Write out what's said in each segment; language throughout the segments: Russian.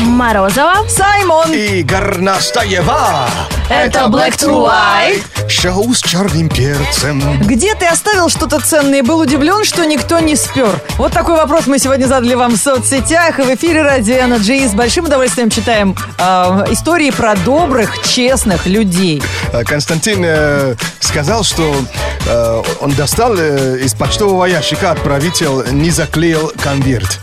Морозова. Саймон! и Горнастаева. Это Black to White. Шоу с черным перцем. Где ты оставил что-то ценное? Был удивлен, что никто не спер. Вот такой вопрос мы сегодня задали вам в соцсетях. и В эфире Радио Energy. И С большим удовольствием читаем э, истории про добрых, честных людей. Э, Константин э, сказал, что э, он достал э, из почтового ящика отправитель, не заклеил конверт.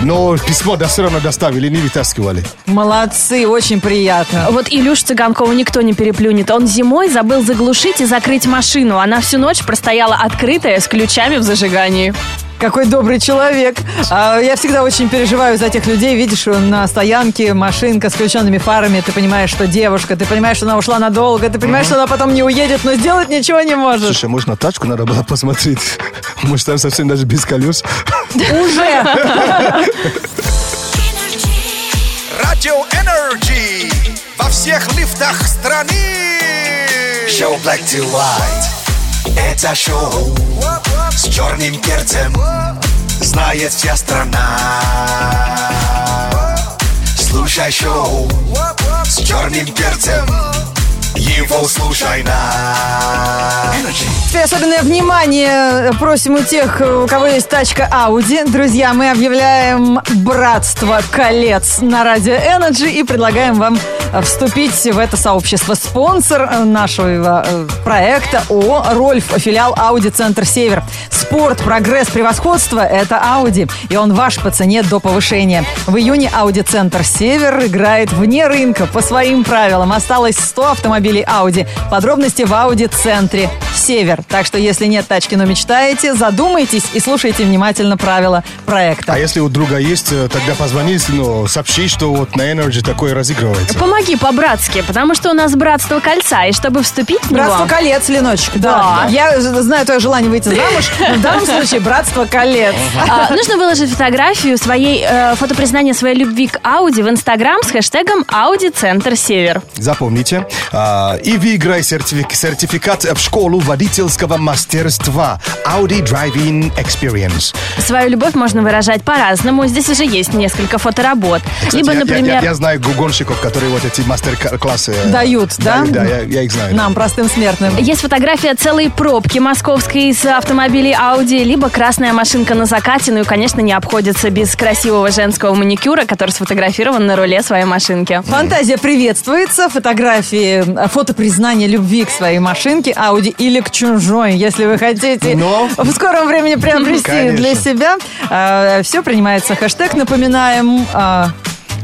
Но письмо до все равно доставили, не вытаскивали. Молодцы, очень приятно. Вот Илюш Цыганкова никто не переплюнет. Он зимой забыл заглушить и закрыть машину. Она всю ночь простояла открытая с ключами в зажигании. Какой добрый человек. А, Я всегда очень переживаю за тех людей. Видишь, на стоянке машинка с включенными фарами. Ты понимаешь, что девушка. Ты понимаешь, что она ушла надолго. Ты понимаешь, что она потом не уедет, но сделать ничего не может. Слушай, может, на тачку надо было посмотреть? Может, там совсем даже без колес? Уже. Радио Энерджи во всех лифтах страны. Шоу Black to White. Это шоу с черным перцем. Знает вся страна. Слушай шоу с черным перцем. Его слушай на Energy. Теперь особенное внимание просим у тех, у кого есть тачка Audi. Друзья, мы объявляем братство колец на радио Energy и предлагаем вам э, вступить в это сообщество. Спонсор э, нашего э, проекта ООО «Рольф», филиал Audi Центр Север. Спорт, прогресс, превосходство – это Audi, и он ваш по цене до повышения. В июне Audi Центр Север играет вне рынка по своим правилам. Осталось 100 автомобилей Audi. Подробности в Audi Центре Север. Так что, если нет тачки, но мечтаете, задумайтесь и слушайте внимательно правила А проекта. если у друга есть, э, тогда позвони, но сообщи, что вот на Energy такое разыгрывается. Помоги по-братски, потому что у нас братство кольца, и чтобы вступить в него... Братство колец, Леночек, да. Да. Я ж- знаю твое желание выйти замуж, но в данном случае братство колец. А, нужно выложить фотографию своей, э, фотопризнания своей любви к Ауди в Инстаграм с хэштегом Ауди Центр Север. Запомните. а, и выиграй сертифи- сертификат в школу водительского мастерства Audi Driving Experience. Свою любовь можно выражать по-разному. Здесь уже есть несколько фоторабот. Кстати, Либо, я- я- например... Я, я знаю гугонщиков, которые вот эти мастер-классы... э, Дают, да? дают, Да, я, я их знаю. Нам, простым смертным. Есть фотография целой пробки московской из автомобилей Audi, либо красная машинка на закате, ну и, конечно, не обходится без красивого женского маникюра, который сфотографирован на руле своей машинки. Фантазия приветствуется, фотографии, э, фотопризнание любви к своей машинке, Audi или к чужой, если вы хотите Но. в скором времени приобрести Конечно. для себя. все принимается. Хэштег, напоминаем. э,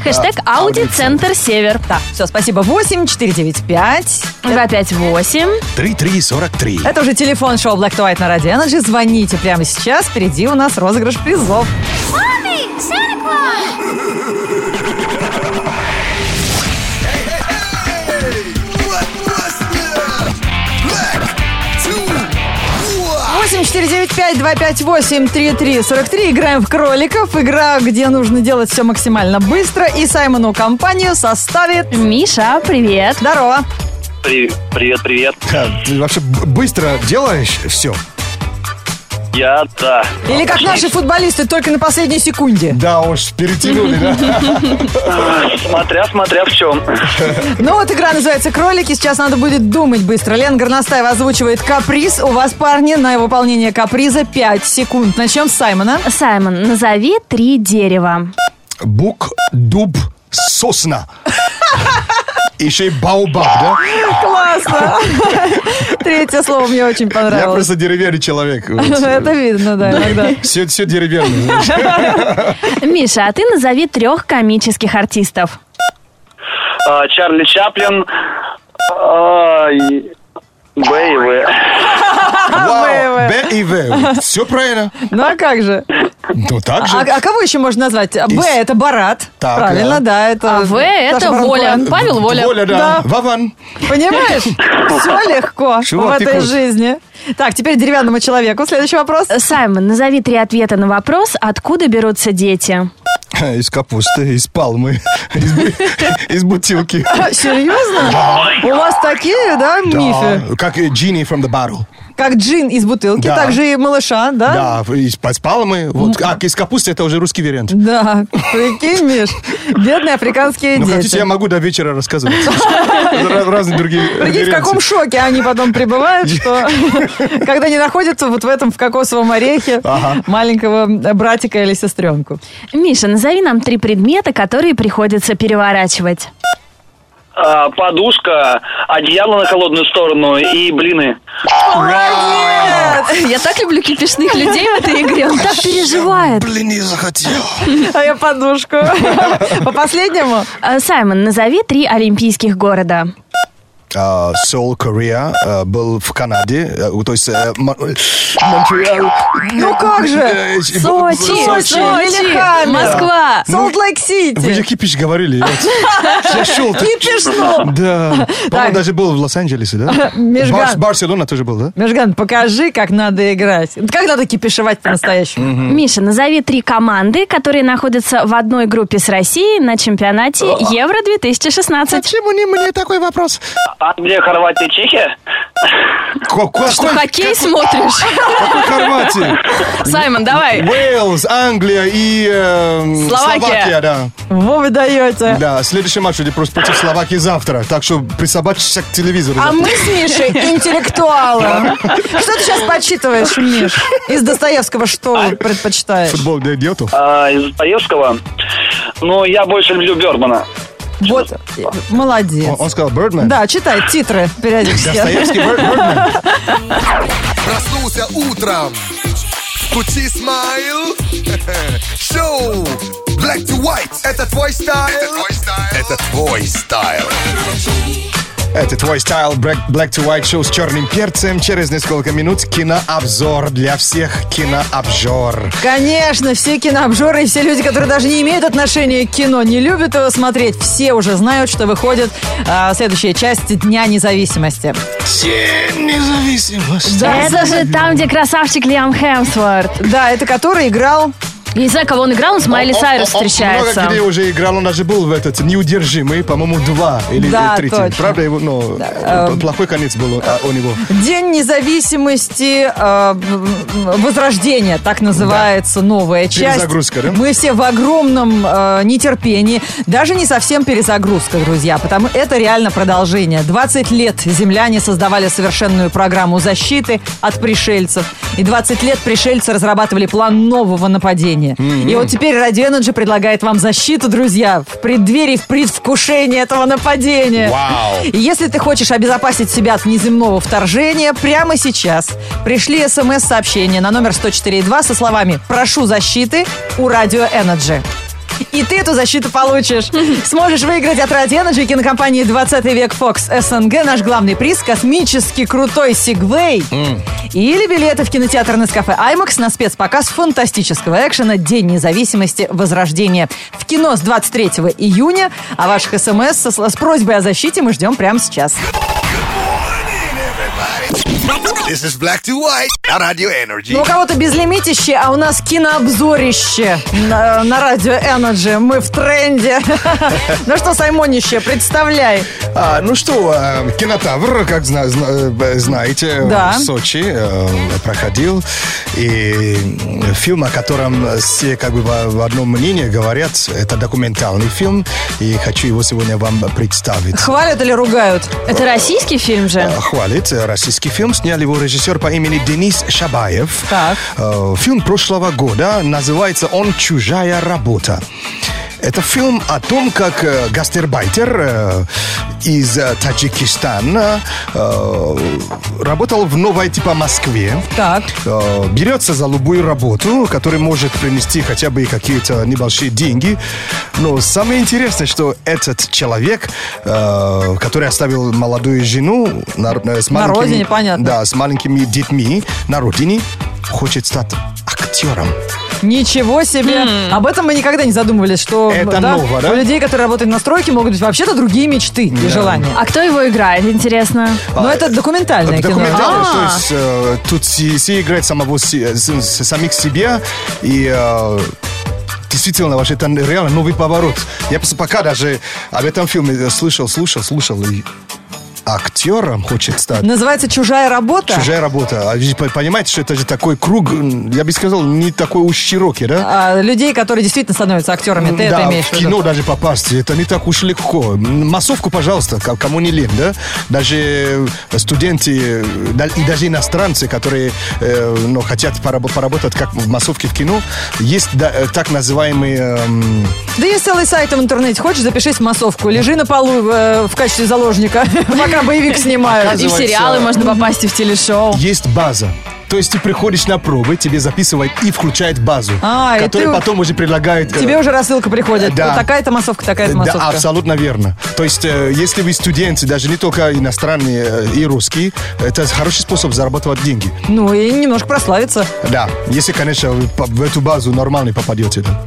Хэштег Audi Центр Север. да, все, спасибо. 8 495. 258. 3343. Это уже телефон шоу Black to White на Radio Energy. Звоните прямо сейчас. Впереди у нас розыгрыш призов. Black to White. 8-495-258-3343. Играем в кроликов. Игра, где нужно делать все максимально быстро. И Саймону компанию составит... Миша, привет. Здорово. При- Привет, привет. Ха, Ты вообще б- быстро делаешь все? Я, да. Или как наши футболисты, только на последней секунде. Да уж, перетянули, да? Смотря, смотря в чем. Ну вот игра называется «Кролики». Сейчас надо будет думать быстро. Лен Горностаева озвучивает «Каприз». У вас, парни, на выполнение каприза 5 секунд. Начнем с Саймона. Саймон, назови три дерева. Бук, дуб, сосна. Еще и баобаб, да? Классно. Третье слово мне очень Я понравилось. Ну, просто деревянный человек. Это видно, да, иногда. Все, все деревянное. знаешь. Миша, а ты назови трех комических артистов. А, Чарли Чаплин. а, и- Бэйвы. Вау, Б и В. Все правильно. Ну а как же? Ну так А, же. а кого еще можно назвать? А, Б Из- это Барат. Так, Правильно, да. да. Это А В Э, Саша это Воля. Барон-Коэн. Павел Воля. Воля, Да. да. Вован. Понимаешь? Все легко в Чувак, ты этой крут. жизни. Так, теперь деревянному человеку. Следующий вопрос. Саймон, назови три ответа на вопрос, откуда берутся дети. Из капусты, из палмы, из, бу- из бутылки. Серьезно? У вас такие, да, мифы? Да, как э, Genie from the bottle. Как джин из бутылки, Да. так же и малыша, да? Да, из, из палмы. Вот. А, из капусты это уже русский вариант. Да. Прикинь, Миш, бедные африканские Ну, дети. хотите, я могу до вечера рассказывать. Ра- Разные другие Прикинь, в варианты. каком шоке они потом пребывают, что когда не находятся вот в этом в кокосовом орехе Ага. маленького э, братика или сестренку. Миша, назови нам три предмета, которые приходится переворачивать. А, подушка, одеяло на холодную сторону и блины. Я так люблю кипишных людей в этой игре. Он так переживает. Блин, не захотел. А я подушку. По последнему? А, Саймон, назови три олимпийских города. А, Seoul, Korea э, был в Канаде, э, то есть э, Мон- э, Монреаль. Ну как же? Э, э, Сочи, Сочи, Лилихаммер. Москва. Ну, Вы же Солт-Лейк-Сити. кипиш говорили. вот. Я шел так. Кипишно. Да. Так. По-моему, даже был в Лос-Анджелесе, да? Межган. Барс- Барселона тоже был, да? Межган, покажи, как надо играть. Как надо кипишевать по-настоящему. Миша, назови три команды, которые находятся в одной группе с Россией на чемпионате Евро-2016. Почему не мне такой вопрос? Англия, Хорватия, Чехия? Что, Какой хоккей смотришь? какой Хорватии? Саймон, давай. Уэльс, Англия и эм, Словакия. да. Во вы даете. Да, следующий матч идет просто против Словакии завтра, так что присобачься к телевизору. А мы с Мишей интеллектуалы. Что ты сейчас подсчитываешь, Миш? Из Достоевского что предпочитаешь? А, Футбол для идиотов. А, из Достоевского? Ну, я больше люблю Бёрдмана. Вот, молодец. Он, он сказал Birdman. Да, читай титры периодически. Достоевский Bird- Birdman. Проснулся утром. Кучи смайл. Шоу. Black to white. Это твой стайл. Это твой стайл. Это твой стайл. Это твой стайл Black, Black to White Show с черным перцем. Через несколько минут кинообзор для всех кинообзор. Конечно, все кинообжоры и все люди, которые даже не имеют отношения к кино, не любят его смотреть, все уже знают, что выходит а, следующая часть Дня независимости. День независимости. Да, Это же там, где красавчик Лиам Хемсворт. да, это который играл Я не знаю, кого он играл, он с Майли Он- он- Сайрус он встречается. Много где уже играл, он даже был в этот неудержимый, по-моему, два или Да, три. точно. Правда, его, но э, плохой конец был а, у него. День независимости э, Возрождения, так называется новая часть. Перезагрузка, да? Мы все в огромном э, нетерпении. Даже не совсем перезагрузка, друзья, потому это реально продолжение. 20 лет земляне создавали совершенную программу защиты от пришельцев. И 20 лет пришельцы разрабатывали план нового нападения. И вот теперь Radio Energy предлагает вам защиту, друзья, в преддверии, в предвкушении этого нападения. Вау. И Если ты хочешь обезопасить себя от неземного вторжения, прямо сейчас пришли смс-сообщение на номер 104.2 со словами «Прошу защиты у Радио Energy». И ты эту защиту получишь. Сможешь выиграть от Radio Energy кинокомпании «20 век Fox СНГ» наш главный приз – космически крутой Сигвей. Или билеты в кинотеатр на кафе IMAX на спецпоказ фантастического экшена «День независимости. Возрождение». В кино с 23 июня, а ваших смс со- с просьбой о защите мы ждем прямо сейчас. This is Black to White на Radio Energy. Ну, у кого-то безлимитище, а у нас кинообзорище на, на радио Energy. Мы в тренде. Ну что, Саймонище, представляй. А, ну что, э, кинотавр, как зна- зна- э, знаете, Да. в Сочи э, проходил. И фильм, о котором все как бы в, в одном мнении говорят, это документальный фильм. И хочу его сегодня вам представить. Хвалят или ругают? Это российский фильм же? Э, Хвалит э, российский фильм. Снял его режиссер по имени Денис Шабаев. Так. Э, Фильм прошлого года называется «Он чужая работа». Это фильм о том, как э, гастарбайтер э, из э, Таджикистана э, работал в новой типа Москве Так. э, берется за любую работу, которая может принести хотя бы и какие-то небольшие деньги. Но самое интересное, что этот человек, э, который оставил молодую жену на, э, с На маленькими- родине, понятно. Да, с маленькими детьми на родине, хочет стать актером. Ничего себе. Хм. Об этом мы никогда не задумывались, что Это ново, да? у людей, которые работают на стройке, могут быть вообще-то другие мечты и желания. А кто его играет, интересно? Но А, это документальное кино. Документально, А. то есть э, тут все, все играют самого се- с- с- самих себя и э, действительно, вообще, это реально новый поворот. Я просто пока даже об этом фильме э, слышал, слушал, слушал, и актером хочет стать. А? Называется «Чужая работа». Чужая работа. А вы же по- понимаете, что это же такой круг, м, я бы сказал, не такой уж широкий, да? А, людей, которые действительно становятся актерами. А Ты это да, имеешь в в виду? кино даже попасть, это не так уж легко. М, Массовку, пожалуйста, ко- кому не лень, да? Даже э, студенты э, да- и даже иностранцы, которые э, ну, хотят пораб- поработать как в массовке в кино, есть да, э, так называемые... эм, Да есть целый сайт в интернете. Хочешь, запишись в массовку. Лежи на полу э, в качестве заложника, пока боевик снимают. И в оказывается, сериалы можно попасть, и в телешоу. есть база. То есть ты приходишь на пробы, тебе записывают и включают базу, А, и которая ты- потом уже предлагает... э, Тебе уже рассылка приходит. Да. Вот такая-то массовка, такая-то Да, а массовка. абсолютно верно. То есть, э, если вы студенты, даже не только иностранные э, и русские, это хороший способ зарабатывать деньги. Ну и немножко прославиться. Да, если, конечно, вы по- в эту базу нормальный попадете. да.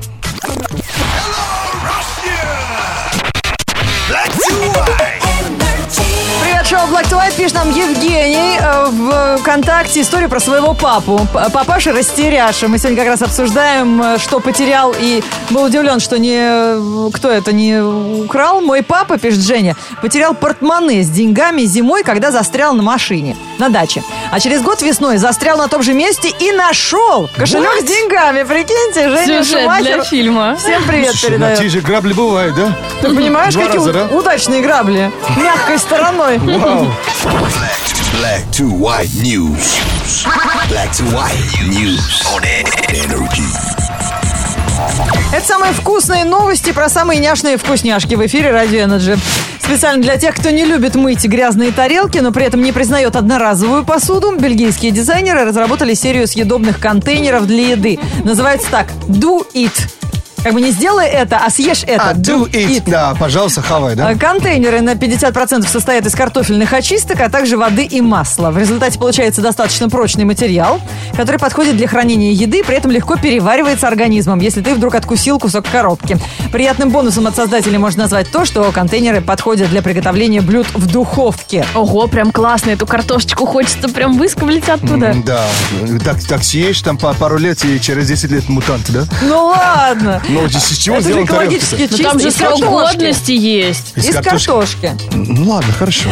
Привет, шоу Black to White. Пишет нам Евгений э, в ВКонтакте историю про своего папу. П- Папаша растеряша. Мы сегодня как раз обсуждаем, э, что потерял и был удивлен, что не э, кто это не украл. Мой папа, пишет Женя, потерял портмоне с деньгами зимой, когда застрял на машине на даче. А через год весной застрял на том же месте и нашел кошелек с деньгами. Прикиньте, Женя Сюжет для Шумахер. фильма. Всем привет Слушай, на передает. те же грабли бывают, да? Ты понимаешь, Два какие раза, у- да? удачные грабли. Мягкой стороной. Вау. Black to white news. Black to white news on energy. Это самые вкусные новости про самые няшные вкусняшки в эфире Радио Энерджи. Специально для тех, кто не любит мыть грязные тарелки, но при этом не признает одноразовую посуду, бельгийские дизайнеры разработали серию съедобных контейнеров для еды. Называется так «Do It». Как бы не сделай это, а съешь это. А, do it. Да, пожалуйста, хавай, да? А Контейнеры на 50% состоят из картофельных очисток, а также воды и масла. В результате получается достаточно прочный материал, который подходит для хранения еды, при этом легко переваривается организмом, если ты вдруг откусил кусок коробки. Приятным бонусом от создателей можно назвать то, что контейнеры подходят для приготовления блюд в духовке. Ого, прям классно. Эту картошечку хочется прям выскоблить оттуда. М, Да, так, так съешь там по пару лет и через 10 лет мутант, да? Ну ладно! Ну, из чего Это же сделан тарелки-то? экологически Ну чисто. там же из срок картошки. годности есть. Из Из картошки. картошки. Ну ладно, хорошо.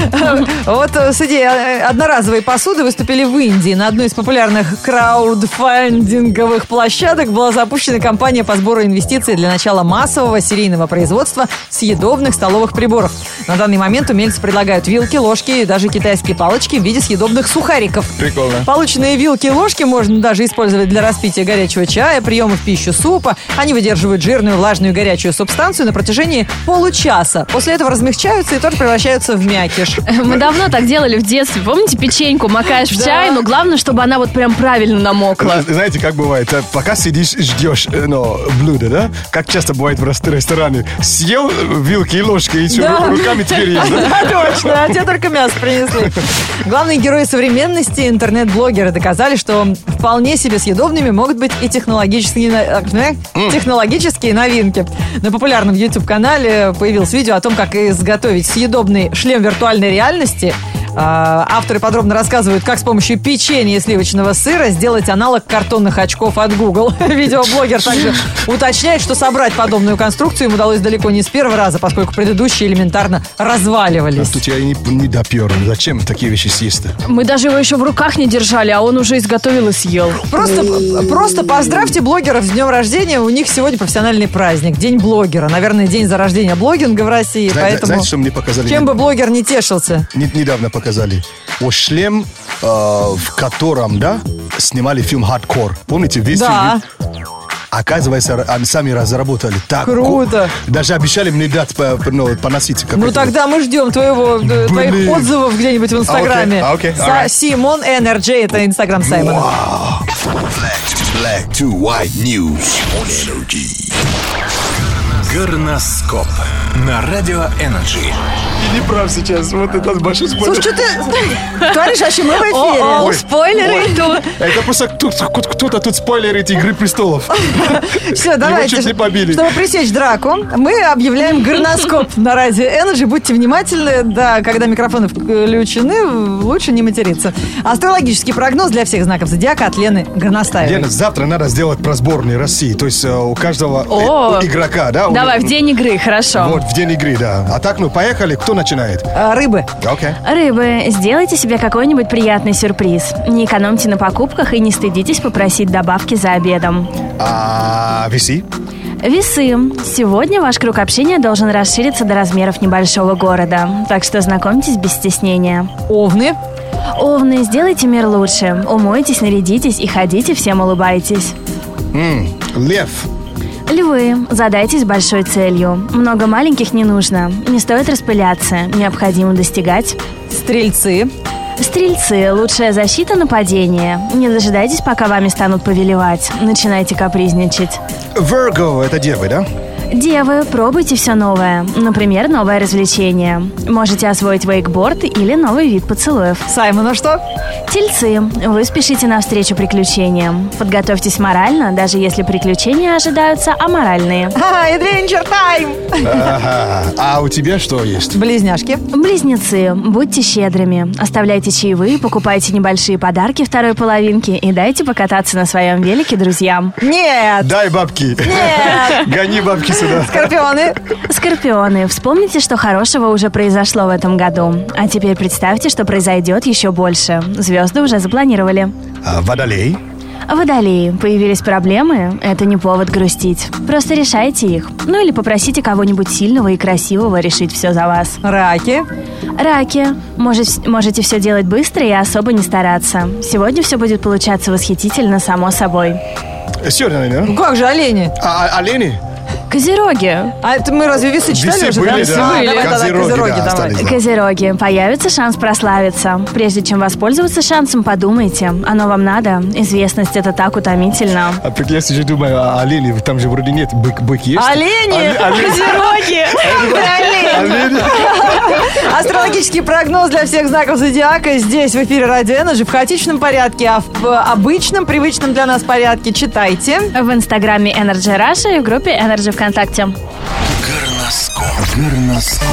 Вот э, с идеей э, одноразовой посуды выступили в Индии. На одной из популярных краудфандинговых площадок была запущена кампания по сбору инвестиций для начала массового серийного производства съедобных столовых приборов. На данный момент умельцы предлагают вилки, ложки и даже китайские палочки в виде съедобных сухариков. Прикольно. Полученные вилки и ложки можно даже использовать для распития горячего чая, приема в пищу супа. Они выдерживают жирную, влажную и горячую субстанцию на протяжении получаса. После этого размягчаются и тоже превращаются в мякиш. Мы давно так делали в детстве. Помните, печеньку макаешь в чай, но главное, чтобы она вот прям правильно намокла. Зна- Знаете, как бывает, э, пока сидишь, ждешь э, ну, блюдо, да? Как часто бывает в рес- ресторане. Съел э, вилки и ложки, и всё, Да. ру- руками теперь ешь, да? Да, точно, а те только мясо принесли. Главные герои современности, интернет-блогеры, доказали, что вполне себе съедобными могут быть и технологические, на- э, технологические новинки. На популярном YouTube-канале появилось видео о том, как изготовить съедобный шлем виртуальной реальности. А, Авторы подробно рассказывают, как с помощью печенья и сливочного сыра сделать аналог картонных очков от Google. Видеоблогер также уточняет, что собрать подобную конструкцию им удалось далеко не с первого раза, поскольку предыдущие элементарно разваливались. Тут я и не, не допер. Зачем такие вещи съесть-то? Мы даже его еще в руках не держали, а он уже изготовил и съел. Просто, э, просто поздравьте блогеров с днем рождения. У них сегодня профессиональный праздник. День блогера. Наверное, день за рождение блогинга в России. Знаете, поэтому знаете, что мне показали? чем бы блогер не тешился. Не- недавно показали. О, шлем, э, в котором, да, снимали фильм «Хардкор». Помните, весь Да. фильм? Оказывается, р- они сами разработали. Так, Круто. ко- Даже обещали мне дать по, ну, поносить. Ну какой-то. тогда мы ждем твоего, э, твоих Блин. отзывов где-нибудь в Инстаграме. А, окей, Са- alright. Симон Энерджи, это Инстаграм Саймона. Black to white news on energy. Горноскоп на Радио Энерджи. Не прав сейчас, вот это большой спойлер. Слушай, что ты творишь вообще? Мы в О, эфире. спойлеры идут. Это просто кто- кто- кто-то тут спойлерит «Игры престолов». Все, давайте. чуть не побили. Чтобы пресечь драку, мы объявляем горноскоп на радио Energy. Будьте внимательны, да, когда микрофоны включены, лучше не материться. Астрологический прогноз для всех знаков зодиака от Лены Горностаевой. Лена, завтра надо сделать про сборные России. То есть э, у каждого э, О. у игрока, да? у- Давай, в день игры, хорошо. Вот, в день игры, да. А так, ну, поехали. Кто начинает? А, Рыбы. Окей. Рыбы, сделайте себе какой-нибудь приятный сюрприз. Не экономьте на покупках и не стыдитесь попросить добавки за обедом. А, виси. Весы. Сегодня ваш круг общения должен расшириться до размеров небольшого города. Так что знакомьтесь без стеснения. Овны. Овны, сделайте мир лучше. Умойтесь, нарядитесь и ходите, всем улыбайтесь. Лев. Львы, задайтесь большой целью. Много маленьких не нужно. Не стоит распыляться. Необходимо достигать. Стрельцы. Стрельцы, лучшая защита нападения. Не дожидайтесь, пока вами станут повелевать. Начинайте капризничать. Virgo, это девы, да? Девы, пробуйте все новое. Например, новое развлечение. Можете освоить вейкборд или новый вид поцелуев. Саймону что? Тельцы, вы спешите навстречу приключениям. Подготовьтесь морально, даже если приключения ожидаются аморальные. А, Adventure Time. Ага. А у тебя что есть? Близняшки. Близнецы, будьте щедрыми. Оставляйте чаевые, покупайте небольшие подарки второй половинке и дайте покататься на своем велике друзьям. Нет. Дай бабки. Нет. Гони бабки сюда. Скорпионы. Скорпионы, вспомните, что хорошего уже произошло в этом году. А теперь представьте, что произойдет еще больше. Звезды уже запланировали. А, водолей. Водолеи, появились проблемы? Это не повод грустить. Просто решайте их. Ну или попросите кого-нибудь сильного и красивого решить все за вас. Раки. Раки, может, можете все делать быстро и особо не стараться. Сегодня все будет получаться восхитительно само собой. Сегодня, наверное. Как же олени? А, а- олени? Козероги. А это мы разве весы читали Весы уже? были, да? да. А, давай тогда Козероги, да, козероги давай. остались. Козероги, появится шанс прославиться. Прежде чем воспользоваться шансом, подумайте. Оно вам надо. Известность это так утомительно. А так я сейчас думаю, а олени, там же вроде нет, бык, бык есть. Олени! Козероги! Олени. Астрологический прогноз для всех знаков зодиака здесь, в эфире Радио Energy, в хаотичном порядке, а в э, обычном, привычном для нас порядке читайте. В инстаграме Energy Russia и в группе Energy ВКонтакте. Горноскоп. Горноскоп.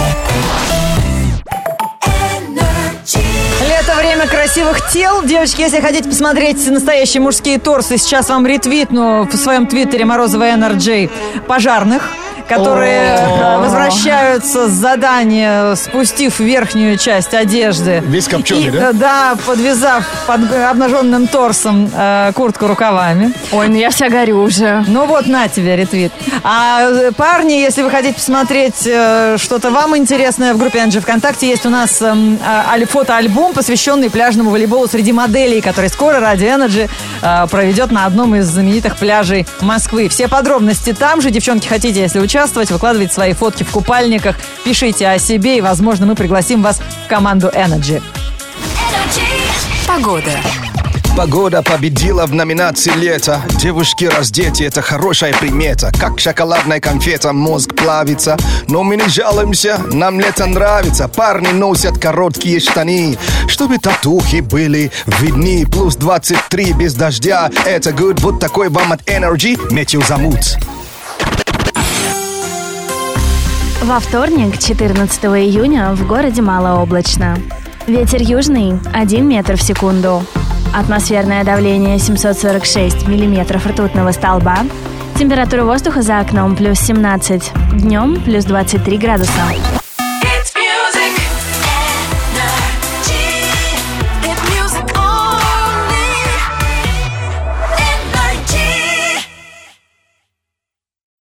Лето – время красивых тел. Девочки, если хотите посмотреть настоящие мужские торсы, сейчас вам ретвитну в своем твиттере Морозова Energy пожарных которые э, возвращаются с задания, спустив верхнюю часть одежды. Весь копченый, И, да? э, Да, подвязав под э, обнаженным торсом э, куртку рукавами. Ой, ну я вся горю уже. Ну вот, на тебе ретвит. А э, парни, если вы хотите посмотреть э, что-то вам интересное в группе Энджи ВКонтакте, есть у нас эм, а- аль- фотоальбом, посвященный пляжному волейболу среди моделей, который скоро Ради Энерджи э, проведет на одном из знаменитых пляжей Москвы. Все подробности там же. Девчонки, хотите, если участвовать, выкладывайте свои фотки в купальниках, пишите о себе, и, возможно, мы пригласим вас в команду Энерджи. Погода победила в номинации лето. Девушки раздеты, это хорошая примета. Как шоколадная конфета, мозг плавится. Но мы не жалуемся, нам лето нравится. Парни носят короткие штаны, чтобы татухи были видны. Плюс 23 без дождя. Это good, вот такой вам от Energy метеозамут. Во вторник, 14 июня, в городе малооблачно. Ветер южный – 1 метр в секунду. Атмосферное давление 746 миллиметров ртутного столба. Температура воздуха за окном плюс 17. Днем плюс 23 градуса.